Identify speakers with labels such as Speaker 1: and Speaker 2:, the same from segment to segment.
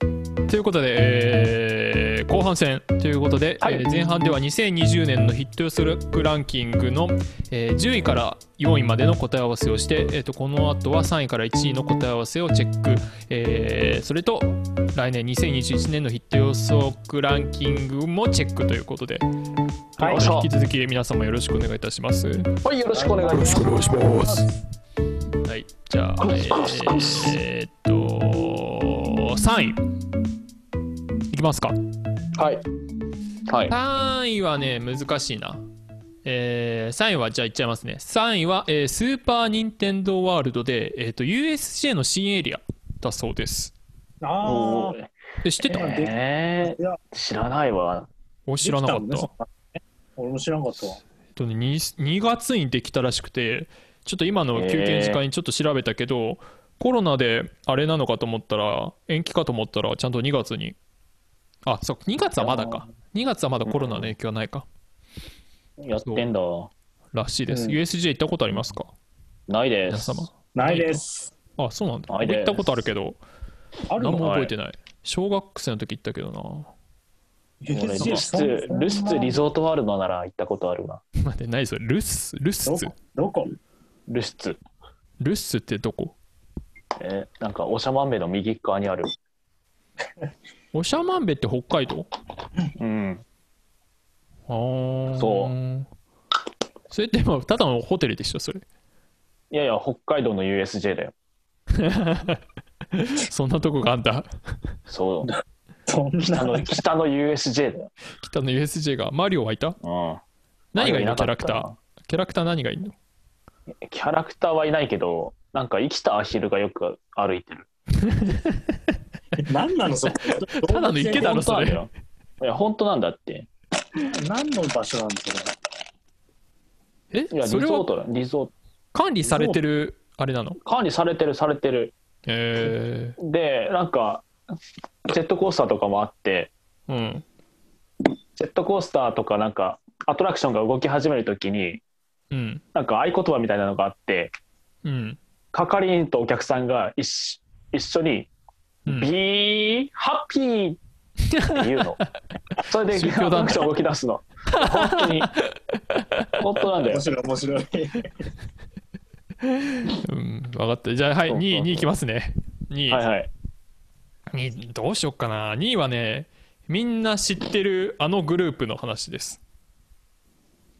Speaker 1: ということで、えー後半戦ということで、
Speaker 2: はい
Speaker 1: えー前半では2020年のヒット予測ランキングの、えー10位から4位までの答え合わせをして、えー、とこの後は3位から1位の答え合わせをチェック、えーそれと来年2021年のヒット予測ランキングもチェックということで、
Speaker 2: はい
Speaker 1: あの引き続き皆様よろしくお願いいたします。
Speaker 2: はい、よろしくお願いします。
Speaker 3: ろしくお願いします。
Speaker 1: はい、じゃあ、えーえーっと、3位。いきますか。
Speaker 2: はい。
Speaker 4: はい。
Speaker 1: 3位はね、難しいな。えー、3位は、じゃあいっちゃいますね。3位は、えースーパー・ニンテンドー・ワールドで、えーっと、USJ の新エリアだそうです。
Speaker 4: お
Speaker 5: あ
Speaker 4: ー
Speaker 1: で知ってた、
Speaker 5: ー
Speaker 4: え
Speaker 5: いや
Speaker 4: ー、知らないわ。
Speaker 1: お知らなかった。
Speaker 5: できたのね俺も知らんかったわ。
Speaker 1: えっとね、2, 2月にできたらしくてちょっと今の休憩時間にちょっと調べたけど、コロナであれなのかと思ったら延期かと思ったらちゃんと2月にあそう2月はまだか2月はまだコロナの影響はないか、
Speaker 4: やってんだ。
Speaker 1: らしいです、
Speaker 5: うん
Speaker 1: USJ 行ったことありますか
Speaker 4: ないで
Speaker 1: 皆
Speaker 4: す。
Speaker 1: 様
Speaker 5: ないです。
Speaker 1: あそうなんだ
Speaker 4: な
Speaker 1: 僕
Speaker 4: いです
Speaker 1: 行ったことあるけど
Speaker 5: ある
Speaker 1: 何
Speaker 5: の
Speaker 1: も覚えてない小学生の時行ったけどな
Speaker 4: 俺ル
Speaker 5: そんな
Speaker 4: スツ、ルスツリゾートワールドなら行ったことあるな。
Speaker 1: 待って何それルッスルッス
Speaker 5: どこどこ
Speaker 4: ルスツ。
Speaker 1: ルッスってどこ
Speaker 4: えーなんか、おしゃまんべの右側にある。
Speaker 1: おしゃまんべって北海道
Speaker 4: うん。
Speaker 1: ああ
Speaker 4: そう
Speaker 1: それってもうただのホテルでしょそれ
Speaker 4: いやいや、北海道の USJ だよ。
Speaker 1: そんなとこがあんだ。
Speaker 4: そう。
Speaker 5: そん
Speaker 4: 北
Speaker 5: な
Speaker 4: の、北の USJ だよ。
Speaker 1: 北の USJ が。マリオはいた
Speaker 4: うん。
Speaker 1: 何がいいのキャラ
Speaker 4: あれな
Speaker 1: ク
Speaker 4: かったな
Speaker 1: ター。キャラクター何がいいの
Speaker 4: キャラクターはいないけど、なんか生きたアヒルがよく歩いてる。
Speaker 5: 何なのそれ
Speaker 1: ただの池だろそれ
Speaker 4: 本当なんだよいや、本当なんだって。
Speaker 5: 何の場所なんそれ
Speaker 1: え
Speaker 4: いや、リゾ
Speaker 1: それ
Speaker 4: ー
Speaker 1: は
Speaker 4: トだ、リゾート。
Speaker 1: 管理されてるあれなの
Speaker 4: 管理されてる、されてる。
Speaker 1: え
Speaker 4: で、なんか、ジェットコースターとかもあって、
Speaker 1: ー、うん。
Speaker 4: ジェットコースターとか、なんか、アトラクションが動き始めるときに、
Speaker 1: うん。
Speaker 4: なんか合言葉みたいなのがあって、
Speaker 1: うん。
Speaker 4: 係員とお客さんが一緒一緒に、
Speaker 1: うん
Speaker 4: ビー、ハッピーって言うの。それで、
Speaker 1: 宗教団体
Speaker 4: アトラクション動き出すの。本当に。本当なんだよ
Speaker 5: 面。白い面白い
Speaker 1: うん、分かった。じゃあ、はい、
Speaker 4: そうそうそう
Speaker 1: 2位、2位いきますね。2位。
Speaker 4: はいはい。
Speaker 1: 二位どうしよっかな。2位はね、みんな知ってるあのグループの話です。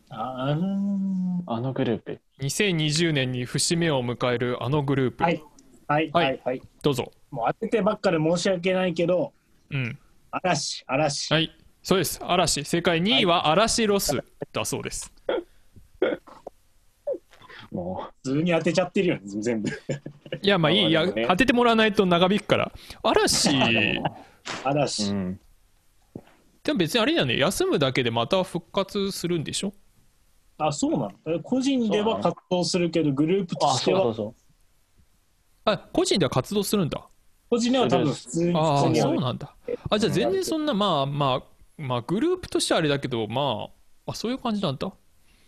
Speaker 5: あー
Speaker 4: あのグループ。
Speaker 1: 2020年に節目を迎えるあのグループ。
Speaker 5: はいはい
Speaker 1: はい
Speaker 5: はいはい
Speaker 1: どうぞ。
Speaker 5: もう当ててばっかで申し訳ないけど
Speaker 1: うん。
Speaker 5: 嵐嵐
Speaker 1: はい。そうです。嵐。正解2位は嵐ロスだそうです。
Speaker 4: もう。
Speaker 5: 普通に当てちゃってるよね全部
Speaker 1: いやまあいい、いや
Speaker 4: まあでもね
Speaker 1: 当ててもらわないと長引くから嵐で
Speaker 5: 嵐、
Speaker 4: うん、
Speaker 1: も別にあれだよね休むだけでまた復活するんでしょ
Speaker 5: あそうなのえ個人では活動するけどグループと
Speaker 4: あ
Speaker 5: して
Speaker 4: そうそ
Speaker 5: は
Speaker 4: うそ
Speaker 1: あ個人では活動するんだ
Speaker 5: 個人では多分普通に
Speaker 1: あ
Speaker 5: 普通
Speaker 1: あ
Speaker 5: にや
Speaker 1: そう
Speaker 5: る
Speaker 1: なんだあじゃあ全然そんなまあまあまあグループとしてはあれだけどまああそういう感じなんだ
Speaker 4: う、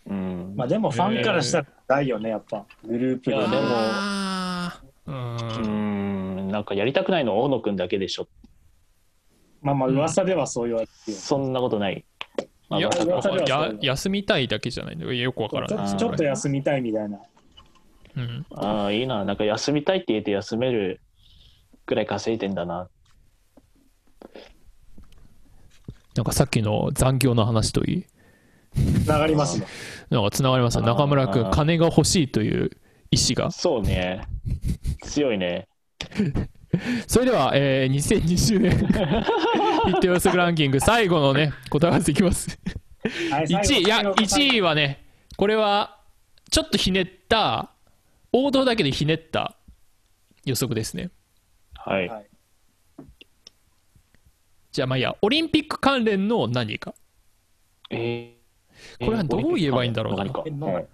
Speaker 4: うん
Speaker 5: まあでもファンからしたらないよねやっぱグループ
Speaker 4: いや
Speaker 5: が
Speaker 4: でも
Speaker 1: あー
Speaker 4: う
Speaker 1: うーん
Speaker 4: んなんかやりたくないのは大野くんだけでしょ
Speaker 5: まあまあ噂ではそう言われてるよ
Speaker 4: そんなことないまあ
Speaker 1: いや
Speaker 4: まさ
Speaker 5: それは
Speaker 4: か
Speaker 5: それは
Speaker 1: や休みたいだけじゃないのよくわから
Speaker 5: ちょ
Speaker 1: ない
Speaker 5: っとちょっと休みたいみたいな
Speaker 1: うん、
Speaker 4: ああいいななんか休みたいって言って休めるくらい稼いでんだな
Speaker 1: なんかさっきの残業の話といい
Speaker 5: 繋がりますね
Speaker 1: なんかつながりますね中村
Speaker 4: あ
Speaker 1: 君
Speaker 4: ー
Speaker 1: 金が欲しいという意思が
Speaker 4: そうね強いね
Speaker 1: それでは、えー2020年ヒット予測ランキング最後のね答え合わせいきます
Speaker 5: はい最後
Speaker 1: 1位いや
Speaker 5: 最後
Speaker 1: 1位はねこれはちょっとひねった王道だけでひねった予測ですね
Speaker 4: はい、
Speaker 5: はい
Speaker 1: じゃあまあいいやオリンピック関連の何か
Speaker 4: えー
Speaker 1: これはどう言えばいいんだろうな
Speaker 4: 何か
Speaker 5: え
Speaker 4: はい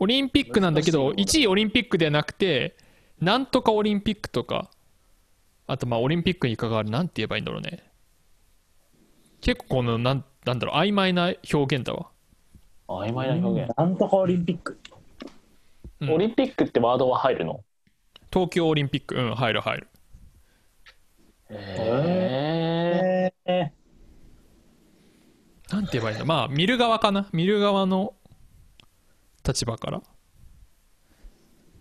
Speaker 1: オリンピックなんだけど
Speaker 5: 難し
Speaker 1: 1
Speaker 5: い
Speaker 1: 位オリンピックではなくてなんとかオリンピックとかあとまあオリンピックに関わるなんて言えばいいんだろうね結構このなんなんだろう曖昧な表現だわ
Speaker 4: 曖昧な表現、
Speaker 5: なんとかオリンピック。
Speaker 1: うん
Speaker 4: オリンピックってワードは入るの
Speaker 1: 東京オリンピックうん入る入る
Speaker 4: え
Speaker 5: え
Speaker 1: なんて言えばいいんだまあ見る側かな見る側の立場から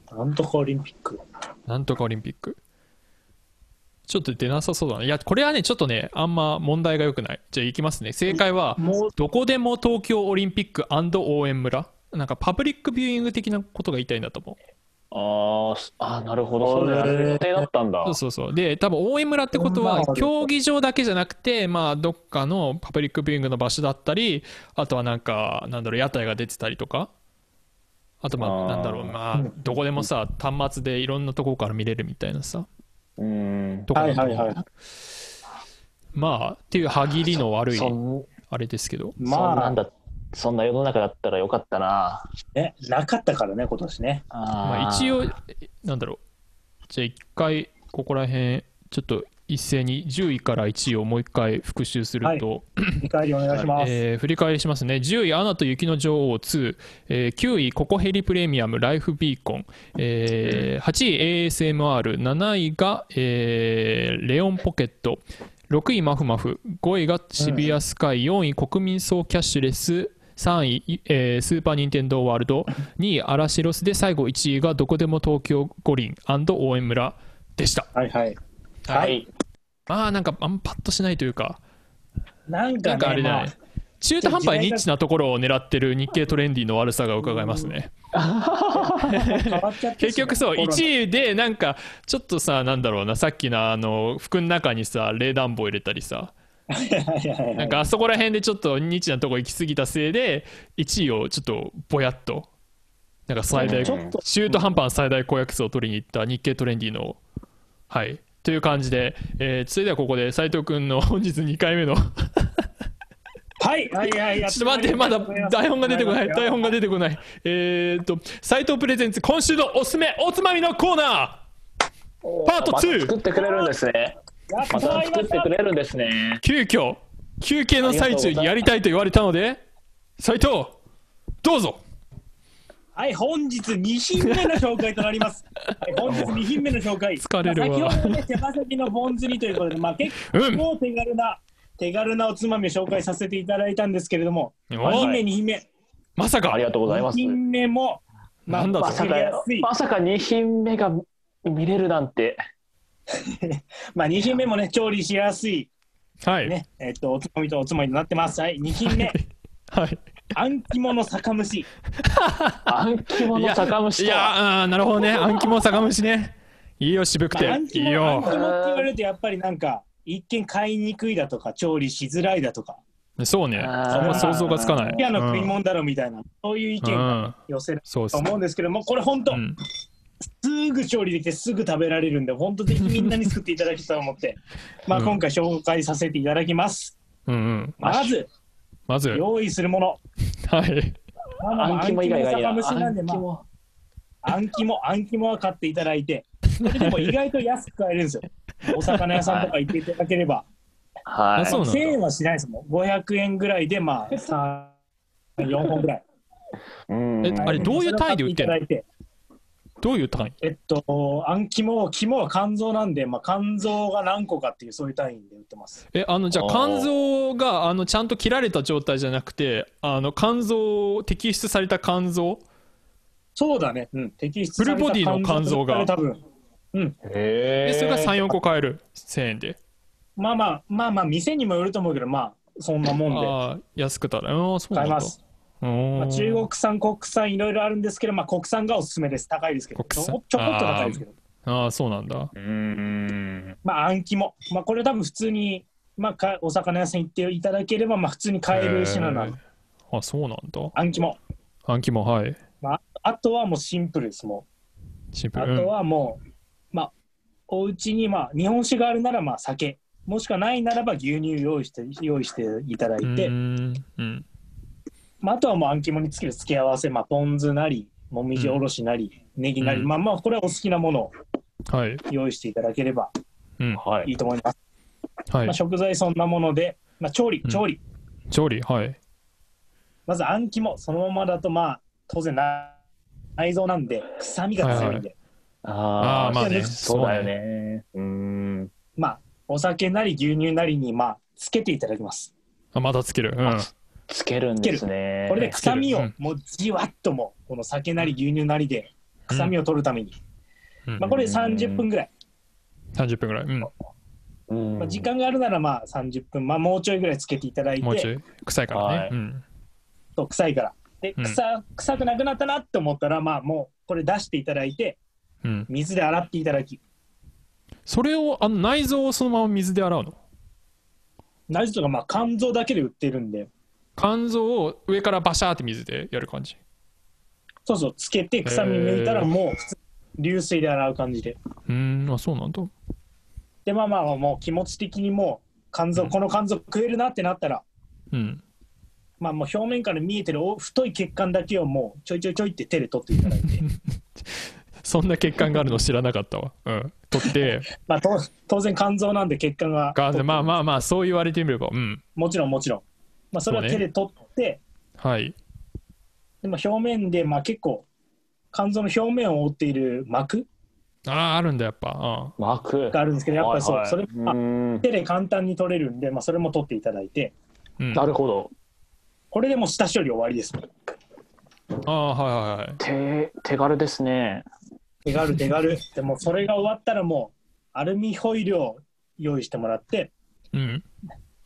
Speaker 5: ー、なんとかオリンピック。
Speaker 1: なんとかオリンピックちょっと出なさそうだないやこれはねちょっとねあんま問題が良くないじゃあいきますね正解は
Speaker 5: もう、
Speaker 1: どこでも東京オリンピック応援村なんかパブリックビューイング的なことが言いたいんだと思う
Speaker 4: あーあー、なるほど。そう
Speaker 5: あ
Speaker 4: いう
Speaker 5: れ
Speaker 4: 予定だったんだ
Speaker 1: そう。そうそうで多分応援村ってこと
Speaker 5: そんな
Speaker 1: は
Speaker 5: のある
Speaker 1: 競技場だけじゃなくて、まあ、どっかのパブリックビューイングの場所だったりあとはなんかなんだろう屋台が出てたりとかあとまあ
Speaker 4: あー
Speaker 1: なんだろうまあどこでもさ端末でいろんなとこから見れるみたいなさ
Speaker 4: うーん。
Speaker 1: とこ
Speaker 5: はいはいはい。
Speaker 1: まあっていう歯切りの悪い
Speaker 4: そん
Speaker 1: あれですけど
Speaker 4: そんな
Speaker 5: ま
Speaker 4: んだ、そんな世の中だったらよかったな。
Speaker 5: あ、ね、なかったからね、今年ね。
Speaker 1: ま
Speaker 4: ま
Speaker 1: あ、一応なんだろうじゃあ一回ここら辺ちょっと一斉に10位から1位をもう一回復習すると、
Speaker 5: 振り返りお願いします。
Speaker 1: えー振り返りしますね10位「アナと雪の女王2」えー9位「ココヘリプレミアムライフビーコン」えー8位 ASMR7 位が、えーレオンポケット6位マフマフ5位がシビアスカイ4位国民総キャッシュレス3位、えースーパー・ニンテンドー・ワールド2位嵐ロスで最後1位がどこでも東京五輪応援村でした
Speaker 5: はいはい。
Speaker 4: はい。
Speaker 1: まあなんかあんまパッとしないというか
Speaker 5: なんか,、
Speaker 1: な
Speaker 5: ね
Speaker 1: んかあれだ
Speaker 5: ま
Speaker 1: ね。中途半端にニッチなところを狙ってる日経トレンディの悪さが伺えますね。
Speaker 5: あ変わっちゃって
Speaker 1: 結局そう、
Speaker 5: 位。
Speaker 1: 1位でなんか、ちょっとさ、なんだろうな、さっきのあの、服の中にさ、冷暖房入れたりさ、
Speaker 5: はいはいはい
Speaker 1: なんかあそこら辺でちょっとニッチなとこ行き過ぎたせいで、1位をちょっとぼやっと、なんか最大
Speaker 5: ち、ょっと、
Speaker 1: 中途半端な最大公約数を取りに行った日経トレンディの、はい、という感じで、えーそれではここで斉藤君の本日2回目の
Speaker 5: はい、はいはいや
Speaker 1: ちょっと待って、まだ台本が出てこない、台本が出てこない。えーっと、斎藤プレゼンツ、今週のおすすめ、おつまみのコーナパート
Speaker 4: また
Speaker 1: 2
Speaker 4: 作ってくれるんですね。
Speaker 5: やっと
Speaker 4: また
Speaker 5: 会いま
Speaker 4: 作っ
Speaker 5: してた
Speaker 4: くれるんですね
Speaker 1: ー、。急遽休憩の最中にやりたいと言われたので、斎藤、どうぞ。
Speaker 5: はい、本日2品目の紹介とな ります。はい、本日2品目の紹介。
Speaker 1: 疲れるわ
Speaker 5: まあ先ほどね、手羽先のポン酢煮ということで、 まあ結
Speaker 1: うん
Speaker 5: 構手軽な、手軽なおつまみを紹介させていただいたんですけれども、
Speaker 1: おい
Speaker 5: 1品目、2品目、
Speaker 1: まさか
Speaker 4: あり、がとうござい
Speaker 5: 2
Speaker 4: ます。
Speaker 5: 品目も、ま
Speaker 1: なんだ
Speaker 5: あ、
Speaker 4: ま
Speaker 1: そ
Speaker 4: さ
Speaker 5: 作
Speaker 4: か
Speaker 5: りやすい。
Speaker 4: まさか2品目が見れるなんて。
Speaker 5: まあ、2品目もね、調理しやすい、
Speaker 1: はい、
Speaker 5: ね、えっと、おつまみとおつまみとなってます。はい、2品目、
Speaker 1: はい。
Speaker 5: あん肝の酒蒸し。
Speaker 4: あん肝
Speaker 1: い
Speaker 4: の
Speaker 1: や、
Speaker 4: 酒蒸し
Speaker 1: い
Speaker 4: とは。
Speaker 1: や、あーなるほど ね、あん肝酒蒸しね。いいよ、渋くて
Speaker 5: まああん。
Speaker 1: い
Speaker 5: 肝
Speaker 1: い
Speaker 5: あん
Speaker 1: よ。
Speaker 5: 肝って言われると、やっぱりなんか、一見買いにくいだとか、調理しづらいだとか、
Speaker 1: そうね、
Speaker 4: あ
Speaker 1: あ
Speaker 4: ー
Speaker 1: んま想像がつかない。
Speaker 5: ピアの食い
Speaker 1: うん
Speaker 5: 物だろみたいな、そういう意見
Speaker 1: う
Speaker 5: が
Speaker 1: ん、
Speaker 5: 寄せられる
Speaker 1: そうっす
Speaker 5: と思うんですけども、これ本当、
Speaker 1: うん
Speaker 5: すぐ調理できてすぐ食べられるんで、本当ぜひみんなに作っていただきたいと思って、まあ
Speaker 1: うん
Speaker 5: 今回紹介させていただきます。
Speaker 1: うんうん、
Speaker 5: まず、
Speaker 1: まず、
Speaker 5: 用意するもの。
Speaker 1: はい。
Speaker 4: あん肝以外がいいな。
Speaker 5: あん肝の酒蒸しなんで、まあ、あん肝、あん肝は買っていただいて、それでも意外と安く買えるん ですよ。お魚屋さんとか行っていただければ、
Speaker 4: は
Speaker 1: あそうなんだ
Speaker 5: 1000円はしないですもん。500円ぐらいで、まあ、3、4本ぐらい。
Speaker 4: い。うん
Speaker 1: えあれどういう単位で売ってんの
Speaker 5: それを買いただいて
Speaker 1: どういう単位
Speaker 5: えっと、あん肝、肝は肝臓なんで、まあ、肝臓が何個かっていう、そういう単位で売ってます。
Speaker 1: えあのじゃあ
Speaker 4: あー
Speaker 1: 肝臓があのちゃんと切られた状態じゃなくてあの肝臓摘出された肝臓
Speaker 5: そうだね、うん、摘出された
Speaker 1: フルボディの肝臓が
Speaker 5: 多分
Speaker 1: で
Speaker 4: え
Speaker 1: それが34個買える1000円で
Speaker 5: まあまあ、まあまあ、店にもよると思うけど、まあ、そんなもん
Speaker 1: ああ安くたらうんそう
Speaker 5: で
Speaker 1: なん
Speaker 5: 買え
Speaker 1: だ
Speaker 5: ます。
Speaker 1: うーん
Speaker 5: まあ、中国産、国産、いろいろあるんですけど、まあ、国産がおすすめです。高いですけど、ち
Speaker 1: 国
Speaker 5: ょ
Speaker 1: 産
Speaker 5: こちょこっと高いですけど、
Speaker 1: ああそうなんだ
Speaker 4: うん。
Speaker 5: まあ、あん肝、まあ、これ多分普通に、まあ、かお魚屋さん行っていただければ、まあ、普通に買える品な
Speaker 1: へ
Speaker 5: の
Speaker 1: ー。あそうなんだ
Speaker 5: あん肝。
Speaker 1: 暗記もはい
Speaker 5: あとはもうシンプルです、もう。
Speaker 1: シンプ
Speaker 5: あ
Speaker 1: ル
Speaker 5: とはもう、まあ、お家にまあ、日本酒があるなら、まあ、酒。もしくはないならば牛乳用意して、用意していただい
Speaker 1: うん
Speaker 5: て、
Speaker 1: うーんうん
Speaker 5: まあ、あとはもう、あん肝につける付け合わせ、まあ、ポン酢なり、もみじおろしなり、ネギなり、
Speaker 1: うん
Speaker 5: まあまあ、これはお好きなものを
Speaker 1: はい
Speaker 5: 用意していただければ
Speaker 1: うん
Speaker 4: はい
Speaker 5: い。いと思います。
Speaker 1: はい
Speaker 5: まあ、食材そんなもので、まあ、調理
Speaker 1: う、ん
Speaker 5: 調理。
Speaker 1: 調理はい
Speaker 5: まず、あん肝、そのままだと、まあ、当然な、内臓なんで、臭みが強いんで、
Speaker 1: はいはあ
Speaker 4: あ
Speaker 1: あ
Speaker 4: あ、
Speaker 1: まあ
Speaker 5: いや
Speaker 1: ね
Speaker 5: ね
Speaker 4: そうだよね。うん。
Speaker 5: まあ、お酒なり牛乳なりに、まあ、つけていただきます。
Speaker 1: あまたつける。うん。
Speaker 4: つけるんですね。
Speaker 5: これで臭み
Speaker 1: つけ
Speaker 5: を
Speaker 1: る
Speaker 5: もうじわっともうこの酒なり牛乳なりで臭みを取るために、
Speaker 1: うん
Speaker 5: まあ、これ30分ぐらい、
Speaker 1: 30分ぐらい。うん。も
Speaker 4: うん
Speaker 5: まあ、時間があるならまあ30分、まあ、もうちょいぐらいつけていただいう
Speaker 1: ちょ
Speaker 5: て
Speaker 1: い。臭いからね。
Speaker 4: はい
Speaker 1: うん。
Speaker 5: そう臭いからで
Speaker 1: うん
Speaker 5: 臭,、臭くなくなったなって思ったらまあもうこれ出していただいて
Speaker 1: うん。
Speaker 5: 水で洗っていただき
Speaker 1: それを、あの内臓をそのまま水で洗うの
Speaker 5: 内臓とかまあ肝臓だけで売ってるんで
Speaker 1: 肝臓を上からバシャーって水でやる感じ。
Speaker 5: そうそうつけて臭み抜いたらもう普通流水で洗う感じで
Speaker 1: うーん、あ、そうなんだ。
Speaker 5: でまあまあまあもう気持ち的にもう肝臓、
Speaker 1: うん
Speaker 5: この肝臓食えるなってなったら
Speaker 1: うん。
Speaker 5: まあもう表面から見えてるお太い血管だけをもうちょいちょいちょいって手で取っていただ いて
Speaker 1: そんな血管があるの知らなかったわ。うん。取って、
Speaker 5: まあと当然肝臓なんで血管が
Speaker 1: がまあまあまあ、そう言われてみれば、うん。
Speaker 5: もちろんもちろん、まあ、それは
Speaker 1: そうね
Speaker 5: 手で取って、
Speaker 1: はい。
Speaker 5: でも表面でまあ結構肝臓の表面を覆っている膜
Speaker 1: ああ、あるんだ、やっぱ。
Speaker 4: 膜。
Speaker 5: があるんですけどやっぱりそう、
Speaker 4: はいはい
Speaker 5: それ
Speaker 4: う
Speaker 5: まあ
Speaker 4: ん
Speaker 5: 手で簡単に取れるんで、まあ、それも取っていただいて
Speaker 1: うん。うん、
Speaker 4: な
Speaker 1: あ
Speaker 4: るほど。
Speaker 5: これでもう下処理終わりですね
Speaker 1: あー、はいはいはい。
Speaker 4: 手手軽ですね。
Speaker 5: 手軽手軽でもそれが終わったらもうアルミホイルを用意してもらって
Speaker 1: うん。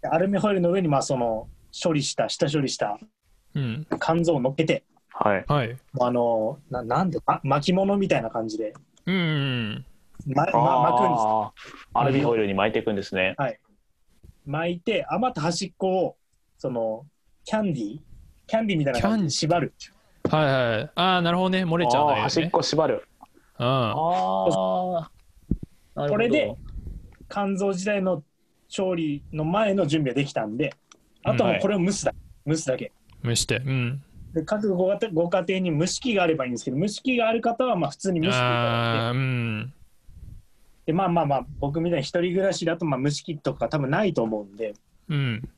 Speaker 5: アルミホイルの上にまあその処理した下処理した
Speaker 1: うん。
Speaker 5: 肝臓を乗っけて
Speaker 4: はい。
Speaker 1: はい。
Speaker 5: もうあのななんでま巻物みたいな感じで、
Speaker 1: うんうん
Speaker 5: まま、巻くんです
Speaker 4: あーアルミホイルに巻いていくんですね。
Speaker 5: 巻いて余った端っこをそのキャンディーキャンディーみたいな
Speaker 1: キャン
Speaker 5: 感
Speaker 1: デ
Speaker 5: じ
Speaker 1: ィー
Speaker 5: で縛る
Speaker 1: うん。はいはい。ああ、なるほどね。漏れちゃ
Speaker 4: あ
Speaker 1: わ
Speaker 4: あ
Speaker 1: ない
Speaker 4: ー
Speaker 1: よ
Speaker 4: 端っ
Speaker 1: ね。
Speaker 4: こ縛る。
Speaker 1: うん。
Speaker 4: ああ。
Speaker 5: これで肝臓自体の調理の前の準備ができたんであとはもうこれを蒸すだけ、蒸すだけ
Speaker 1: 蒸して。うん。
Speaker 5: で各ご家庭ご家庭に蒸し器があればいいんですけど蒸し器がある方はまあ普通に蒸していただいて
Speaker 1: ああ、うん。
Speaker 5: でまあまあまあ僕みたいに一人暮らしだとまあ蒸し器とか多分ないと思うんで
Speaker 1: うん。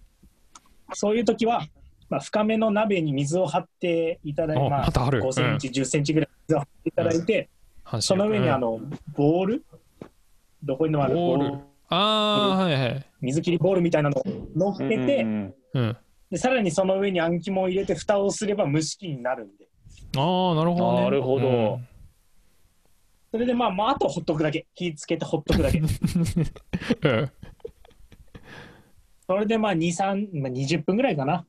Speaker 5: そういう時は、まあ、深めの鍋に水を張っていただいて、
Speaker 1: お
Speaker 5: まあ、
Speaker 1: またある
Speaker 5: 5センチ、10センチぐらい水を張っていただいて、その上にあ
Speaker 1: の。
Speaker 5: のボールどこにでもある
Speaker 1: ボール。ああー、はいはい。
Speaker 5: 水切りボールみたいなのを乗っけて、
Speaker 4: うん
Speaker 1: うん。
Speaker 5: でさらにその上にあん肝を入れて蓋をすれば蒸し器になるんで
Speaker 1: ああ、なるほど、ね。
Speaker 4: なるほど
Speaker 1: うん
Speaker 5: それでまあまああとほっとくだけ火つけてほっとくだけ
Speaker 1: うん。
Speaker 5: それでまあ23、まあ、20分ぐらいかな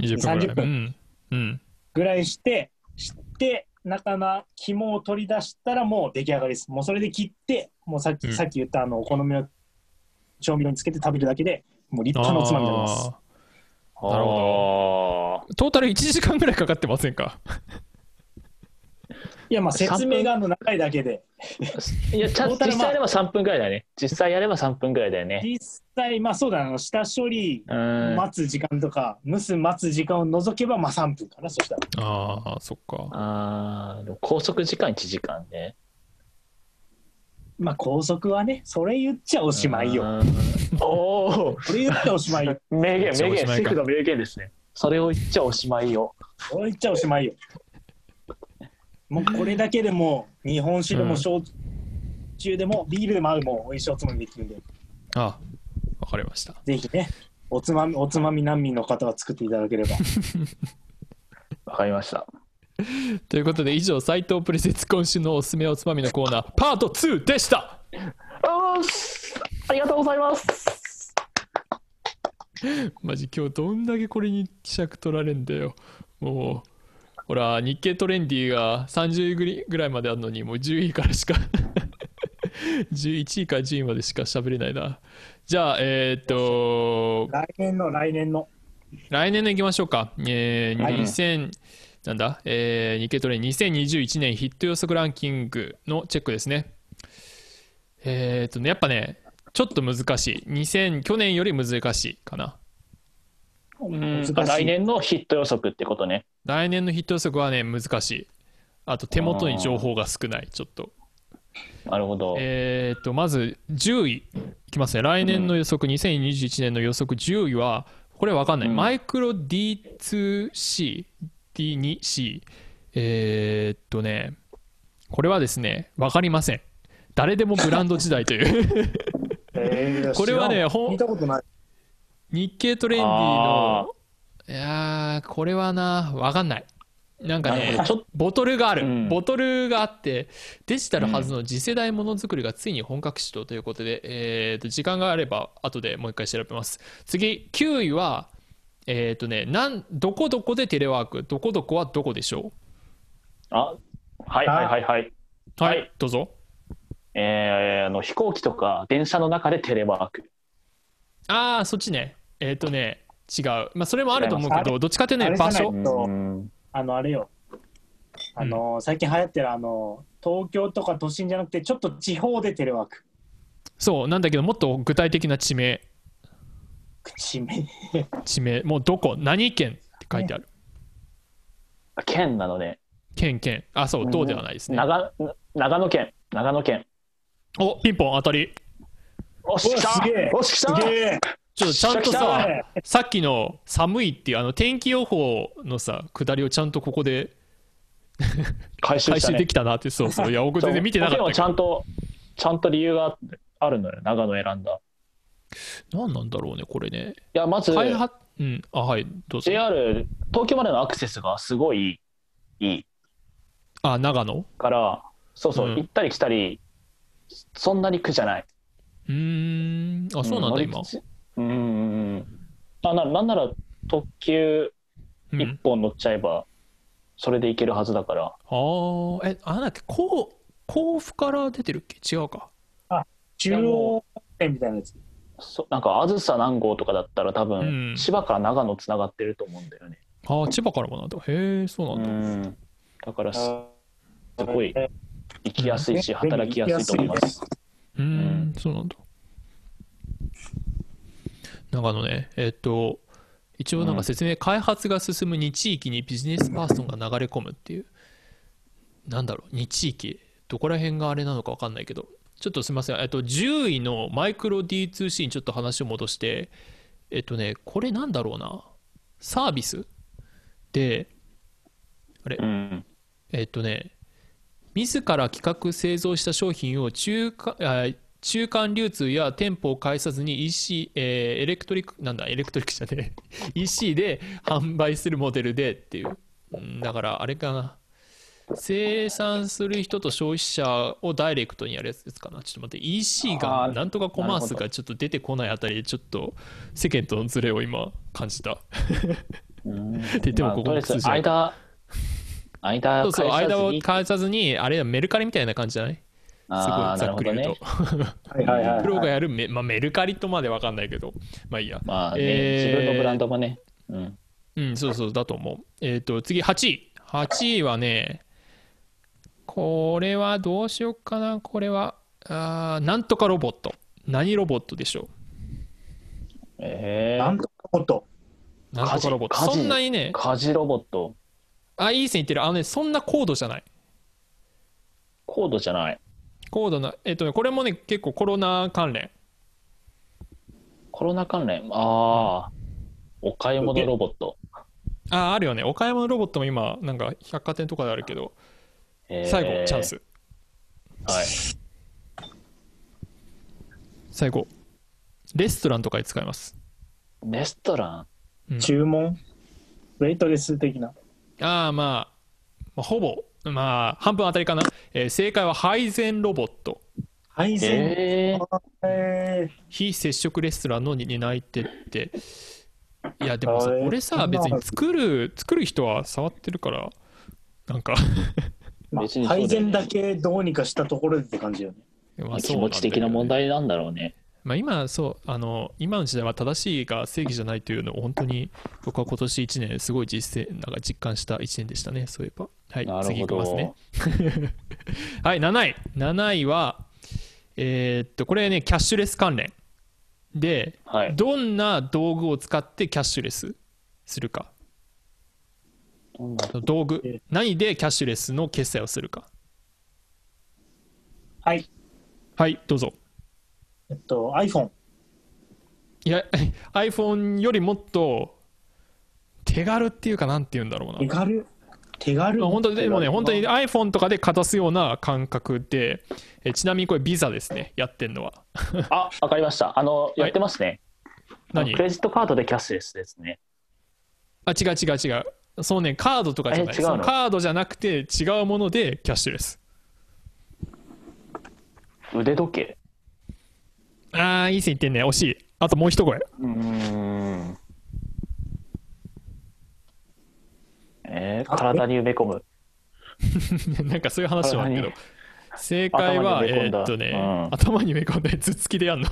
Speaker 1: 20分ぐらい。
Speaker 5: 30分
Speaker 1: うん。うん。
Speaker 5: ぐらいしてして中の肝を取り出したらもう出来上がりですもうそれで切ってもうさっき,、
Speaker 1: うん
Speaker 5: さっき言ったあのお好みの調味料につけて食べるだけでもう立派なおつまみになります
Speaker 1: あなる
Speaker 4: ほ
Speaker 1: ートータル1時間ぐらいかかってませんか。
Speaker 5: いやまあ説明があの長いだけで
Speaker 4: ど。いや、ちゃん
Speaker 5: トータ
Speaker 4: 実
Speaker 5: ルま
Speaker 4: 際
Speaker 5: あ
Speaker 4: やれば3分ぐらいだね。実際やれば3分ぐらいだよね。
Speaker 5: 実際まあそうだなあの下処理
Speaker 4: うん。
Speaker 5: 待つ時間とか蒸す待つ時間を除けばまあ3分かなそしたら
Speaker 1: ああ、そっか。
Speaker 4: ああ、でも拘束時間1時間ね。
Speaker 5: まあ拘束はねそれ言っちゃおしまいよ
Speaker 4: うん。おお、
Speaker 5: それ言っちゃおしまいよ
Speaker 4: 名言、
Speaker 1: じゃあ
Speaker 4: 名
Speaker 1: お
Speaker 4: 言、
Speaker 1: しまいか
Speaker 4: シェフの名言ですね。それを言っちゃおしまいよ。
Speaker 5: それ言っちゃおしまいよもうこれだけでもう日本酒でも焼酎でもビールでも合うもう美味しいおつまみできるんで
Speaker 1: ああ、わかりました。
Speaker 5: ぜひねおつまみおつまみ難民の方は作っていただければ
Speaker 4: わかりました。
Speaker 1: ということで、以上、斎藤プレゼンツ今週のおすすめおつまみのコーナー、パート2でした。
Speaker 4: あーすありがとうございます。
Speaker 1: マジ今日どんだけこれに尺取られんだよもうほら日経トレンディが30位ぐりぐらいまであるのにもう10位からし か11位から10位までしか喋れないなじゃあえーっと
Speaker 5: 来年の来年の
Speaker 1: 来年のいきましょうかえー
Speaker 5: はい
Speaker 1: 2000なんだえー日経トレンディ2021年ヒット予測ランキングのチェックですねえーっとねやっぱねちょっと難しい2000去年より難しいかな
Speaker 5: 難しい
Speaker 4: あ来年のヒット予測ってことね。
Speaker 1: 来年のヒット予測はね難しいあと手元に情報が少ないちょっと
Speaker 4: なるほど。
Speaker 1: えーっとまず10位いきますね来年の予測、2021年の予測10位はこれわかんない、
Speaker 4: うん
Speaker 1: マイクロ D2CD2C えーっとねこれはですねわかりません誰でもブランド時代という
Speaker 5: えー
Speaker 1: これはね
Speaker 5: 知らん
Speaker 1: ほん
Speaker 5: 見たことない
Speaker 1: 日経トレンディ
Speaker 4: あ
Speaker 1: の、いやー、これはな、わかんない。なんか
Speaker 4: なる
Speaker 1: ね
Speaker 4: ほど、ちょっと
Speaker 1: ボトルがある、
Speaker 4: うん
Speaker 1: ボトルがあって、デジタルはずの次世代ものづくりがついに本格始動ということで、えーと、時間があれば、後でもう一回調べます。次、9位は、えっ、とねなん、どこどこでテレワーク、どこどこはどこでしょ
Speaker 4: あはいはいはいはい。
Speaker 1: うは、
Speaker 4: はいい
Speaker 1: どうぞ。
Speaker 4: えー、あの飛行機とか電車の中でテレワーク。
Speaker 1: あー、そっちね。えっ、とね、違う。まあ、それもあると思う
Speaker 5: 違いま
Speaker 1: け
Speaker 5: すあ
Speaker 1: ど、どっちかっていうと
Speaker 5: あ
Speaker 1: ね、
Speaker 5: れじゃ
Speaker 1: 場
Speaker 5: ない
Speaker 1: 所
Speaker 5: う。んあの、あれよ。あの、最近流行ってる、あの、東京とか都心じゃなくて、ちょっと地方でテレワーク。
Speaker 1: そう、なんだけど、もっと具体的な地名。
Speaker 5: 口め。
Speaker 1: 地名もうどこ何県って書いてある、
Speaker 4: 県なので、
Speaker 1: 県県あそうどうではないですね
Speaker 4: 長長野県、長野県。
Speaker 1: おピンポン当たり
Speaker 4: おっし
Speaker 5: うわ
Speaker 4: ゃ
Speaker 5: すげえ
Speaker 4: おっし
Speaker 5: す
Speaker 4: ゃ
Speaker 5: げ え。
Speaker 1: ちょっとちゃんと
Speaker 4: 来た
Speaker 1: ささっきの「寒い」っていうあの天気予報のさ下りをちゃんとここで
Speaker 4: 回収
Speaker 1: 回
Speaker 4: し
Speaker 1: 収
Speaker 4: たね
Speaker 1: できたなって、そうそういや僕全然見てなかった
Speaker 4: そう
Speaker 1: け
Speaker 4: ちゃんと、ちゃんと理由があるのよ、長野選んだ。
Speaker 1: ど何なんだろうねこれね
Speaker 4: いや、まず、
Speaker 1: 開発うんあはいどうぞ
Speaker 4: JR、東京までのアクセスがすごいいい
Speaker 1: あ長野
Speaker 4: から、そうそう、
Speaker 1: うん
Speaker 4: 行ったり来たり、そんなに苦じゃない。
Speaker 1: うーんあそうなんだ
Speaker 4: 乗り
Speaker 1: 今
Speaker 4: 口うんうんうん。あななんなら特急
Speaker 1: う
Speaker 4: 1
Speaker 1: ん
Speaker 4: 本乗っちゃえば、それで行けるはずだから、
Speaker 1: あーえあなんだっけ甲甲府から出てるっけ違うか
Speaker 5: 中央線みたいなやつ。
Speaker 4: そなんか、あずさ何号とかだったら、多分、
Speaker 1: うん
Speaker 4: 千葉から長野つながってると思うんだよね。
Speaker 1: あー千葉からもなんだへえそうなんだ、
Speaker 4: うんだから、す
Speaker 5: す
Speaker 4: ごい。行きやすいし、働きやすいと思います。
Speaker 1: うーん
Speaker 4: ん、
Speaker 1: そうなんだ。なんかあのね、えっと、一応なんか説明、開発が進む2地域にビジネスパーソンが流れ込むっていう、なんだろう、2地域、どこら辺があれなのか分かんないけど、ちょっとすみません、えっと、10位のマイクロ D2C にちょっと話を戻して、えっとね、これなんだろうな、サービスで、
Speaker 4: うん。
Speaker 1: えっとね、自ら企画製造した商品を中間あ中間流通や店舗を介さずに EC、えーエレクトリックなんだエレクトリックじゃねえ EC で販売するモデルでっていううんだからあれかな生産する人と消費者をダイレクトにやるやつですかなちょっと待って EC が
Speaker 4: あー
Speaker 1: なんとかコマース
Speaker 4: なるほ
Speaker 1: がちょっと出てこないあたりでちょっと世間とのズレを今感じた
Speaker 4: で
Speaker 1: 言 ってもここ
Speaker 4: とりあえ
Speaker 1: も通
Speaker 4: ず
Speaker 1: じない
Speaker 4: 間、間
Speaker 1: そうそう
Speaker 4: 返さず
Speaker 1: 間を
Speaker 4: に
Speaker 1: 介さずにあれはメルカリみたいな感じじゃないすご
Speaker 4: あ
Speaker 1: い
Speaker 4: ー
Speaker 1: ざ
Speaker 4: な
Speaker 1: っ
Speaker 4: るほ
Speaker 1: くり
Speaker 4: ど
Speaker 1: 言うと
Speaker 4: ね。
Speaker 5: はいはいはい
Speaker 1: プロ
Speaker 5: は
Speaker 1: が
Speaker 5: い。
Speaker 1: やるメ,、 まあ、メルカリとまでわかんないけど、まあいいや。
Speaker 4: まあね、
Speaker 1: えー
Speaker 4: 自分のブランドもね。うん。
Speaker 1: うん、そうそう、だと思う。えっ、と、次、8位。8位はね、これはどうしようかな、これは。あーなんとかロボット。何ロボットでしょ
Speaker 4: え
Speaker 5: なんとかもっと。
Speaker 1: うなんとかロボット。
Speaker 4: 家事
Speaker 1: そんなにね
Speaker 4: ー、、家事ロボット、
Speaker 1: あ、いい線いってる。あのね、そんな高度じゃない。
Speaker 4: コードじゃない。
Speaker 1: 高度な、えっ、とね、これもね、結構コロナ関連。
Speaker 4: コロナ関連。ああ、お買い物ロボット。
Speaker 1: あー、あるよね。お買い物ロボットも今、なんか百貨店とかであるけど、
Speaker 4: えー
Speaker 1: 最後、チャン。ス。
Speaker 4: はい。
Speaker 1: 最後。レストランとかで使います。
Speaker 4: レストラン。
Speaker 5: 注文。ウェイトレス的な。
Speaker 1: ああ、まあ、まあ、ほぼ、まあ、半分当たりかな。えー正解は配膳ロボット。
Speaker 5: 配線。
Speaker 4: えー、
Speaker 5: えー
Speaker 1: 非接触レストランの担い手って。いや、でもさ、
Speaker 5: あれ
Speaker 1: 俺さ、別に作る、作る人は触ってるから、なん か、
Speaker 5: ま
Speaker 4: 別に
Speaker 5: あ、
Speaker 4: そうだよね
Speaker 5: 配膳だけどうにかしたところでって感じよね。
Speaker 1: まあ
Speaker 4: 気持ち的な問。題なんだろうね。
Speaker 1: そうなんだよねまあ、今、そう、あの、今の時代は正しいが正義じゃないというのを、本当に、僕は今年1年、すごい実践、なんか実感した1年でしたね、そういえば。はい
Speaker 4: な、る
Speaker 1: 次
Speaker 4: ほ
Speaker 1: いきますね
Speaker 4: ど。。
Speaker 1: はい、7位。7位は、えーっと、これね、キャッシュレス関連。で、
Speaker 4: はい。
Speaker 1: どんな道具を使ってキャッシュレスするか。道具。何でキャッシュレスの決済をするか。
Speaker 5: はい。
Speaker 1: はい、どうぞ。
Speaker 5: えっと、iPhone。
Speaker 1: いや、iPhone よりもっと手軽っていうか、なんて言うんだろう
Speaker 5: 手
Speaker 1: な。
Speaker 5: 軽。手軽。
Speaker 1: まあ本当にでもね、本当に
Speaker 5: 手
Speaker 1: iPhone とかでかざすような感覚で、えちなみにこれ、ビザですね、やってんのは。
Speaker 4: あ、わかりました。あの、やってますね。
Speaker 1: 何
Speaker 4: クレジットカードでキャッシュレスですね。
Speaker 1: あ違う違う違うそうねカードとかじゃない
Speaker 4: え違うの
Speaker 1: そのカードじゃなくて違うものでキャッシュレス
Speaker 4: 腕時計。
Speaker 1: あーいい線いってんね惜しいあともう一声
Speaker 4: うーん。えー、体に埋め込む。
Speaker 1: なんかそういう話もあるけど
Speaker 4: 体に
Speaker 1: 正解は
Speaker 4: 頭に埋め込
Speaker 1: え
Speaker 4: んだ
Speaker 1: ーっとね、
Speaker 4: うん
Speaker 1: 頭に埋め込んで頭突きでやんの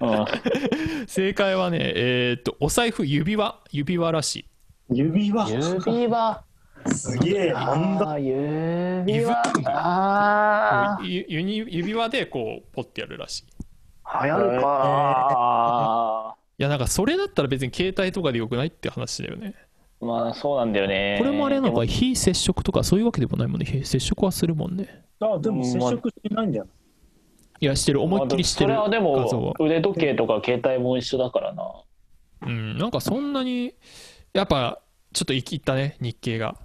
Speaker 4: うん。
Speaker 1: 正解はねえーっとお財布指輪指輪らしい
Speaker 5: 指輪
Speaker 4: 指輪。
Speaker 5: すげえなんだ
Speaker 4: あー指輪
Speaker 1: 指。
Speaker 4: あ
Speaker 1: ゆゆに指輪でこうポッてやるらしいい
Speaker 4: あ。流行るか。
Speaker 1: やなんかそれだったら別に携帯とかでよくないって話だよね
Speaker 4: まあそうなんだよね。
Speaker 1: これもあれなのか
Speaker 4: で
Speaker 1: 非接触とかそういうわけでもないもんね非接触はするもんね
Speaker 5: あでも接触してないんじゃない
Speaker 1: いやしてる思いっきりしてる
Speaker 4: まあそれ
Speaker 1: 画
Speaker 4: はで
Speaker 1: 像は
Speaker 4: も腕時計とか携帯も一緒だからな。
Speaker 1: うん、なんかそんなに、やっぱちょっと行きったね、日経が。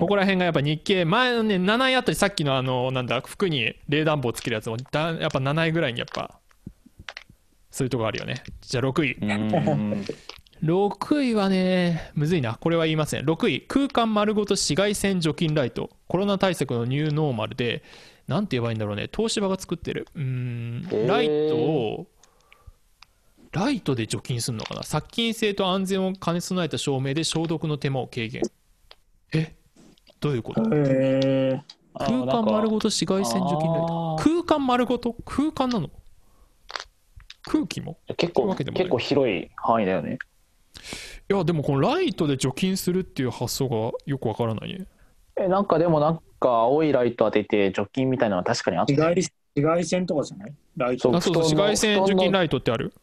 Speaker 1: ここら辺がやっぱ日経、前のね、7位あたり、さっきのあの、なんだ、服に冷暖房つけるやつも、だやっぱ7位ぐらいにやっぱ、そういうとこあるよね。じゃあ6位。
Speaker 4: うーん
Speaker 1: 6位はね、むずいな、これは言いません。6位、空間丸ごと紫外線除菌ライト、コロナ対策のニューノーマルで、なんて言えばいいんだろうね、東芝が作ってる、うーん、
Speaker 4: ー
Speaker 1: ライトを、ライトで除菌するのかな、殺菌性と安全を兼ね備えた照明で消毒の手間を軽減。えどういうこと
Speaker 5: へえ
Speaker 4: あー
Speaker 1: 空間丸ごと紫外線除菌ライト。
Speaker 4: あー
Speaker 1: 空間丸ごと空間なの空気も
Speaker 4: 結
Speaker 1: そういうわ
Speaker 4: 構
Speaker 1: けでもない
Speaker 4: 結構広い範囲だよね。
Speaker 1: いやでもこのライトで除菌するっていう発想がよくわからないね
Speaker 4: えなんかでもなんか青いライト当てて除菌みたいなのは確かにあった。
Speaker 5: 紫外紫外線とかじゃないライト
Speaker 4: そう
Speaker 1: あそうそう
Speaker 4: 布
Speaker 1: 紫
Speaker 4: 団の
Speaker 1: 外線除菌ライトってある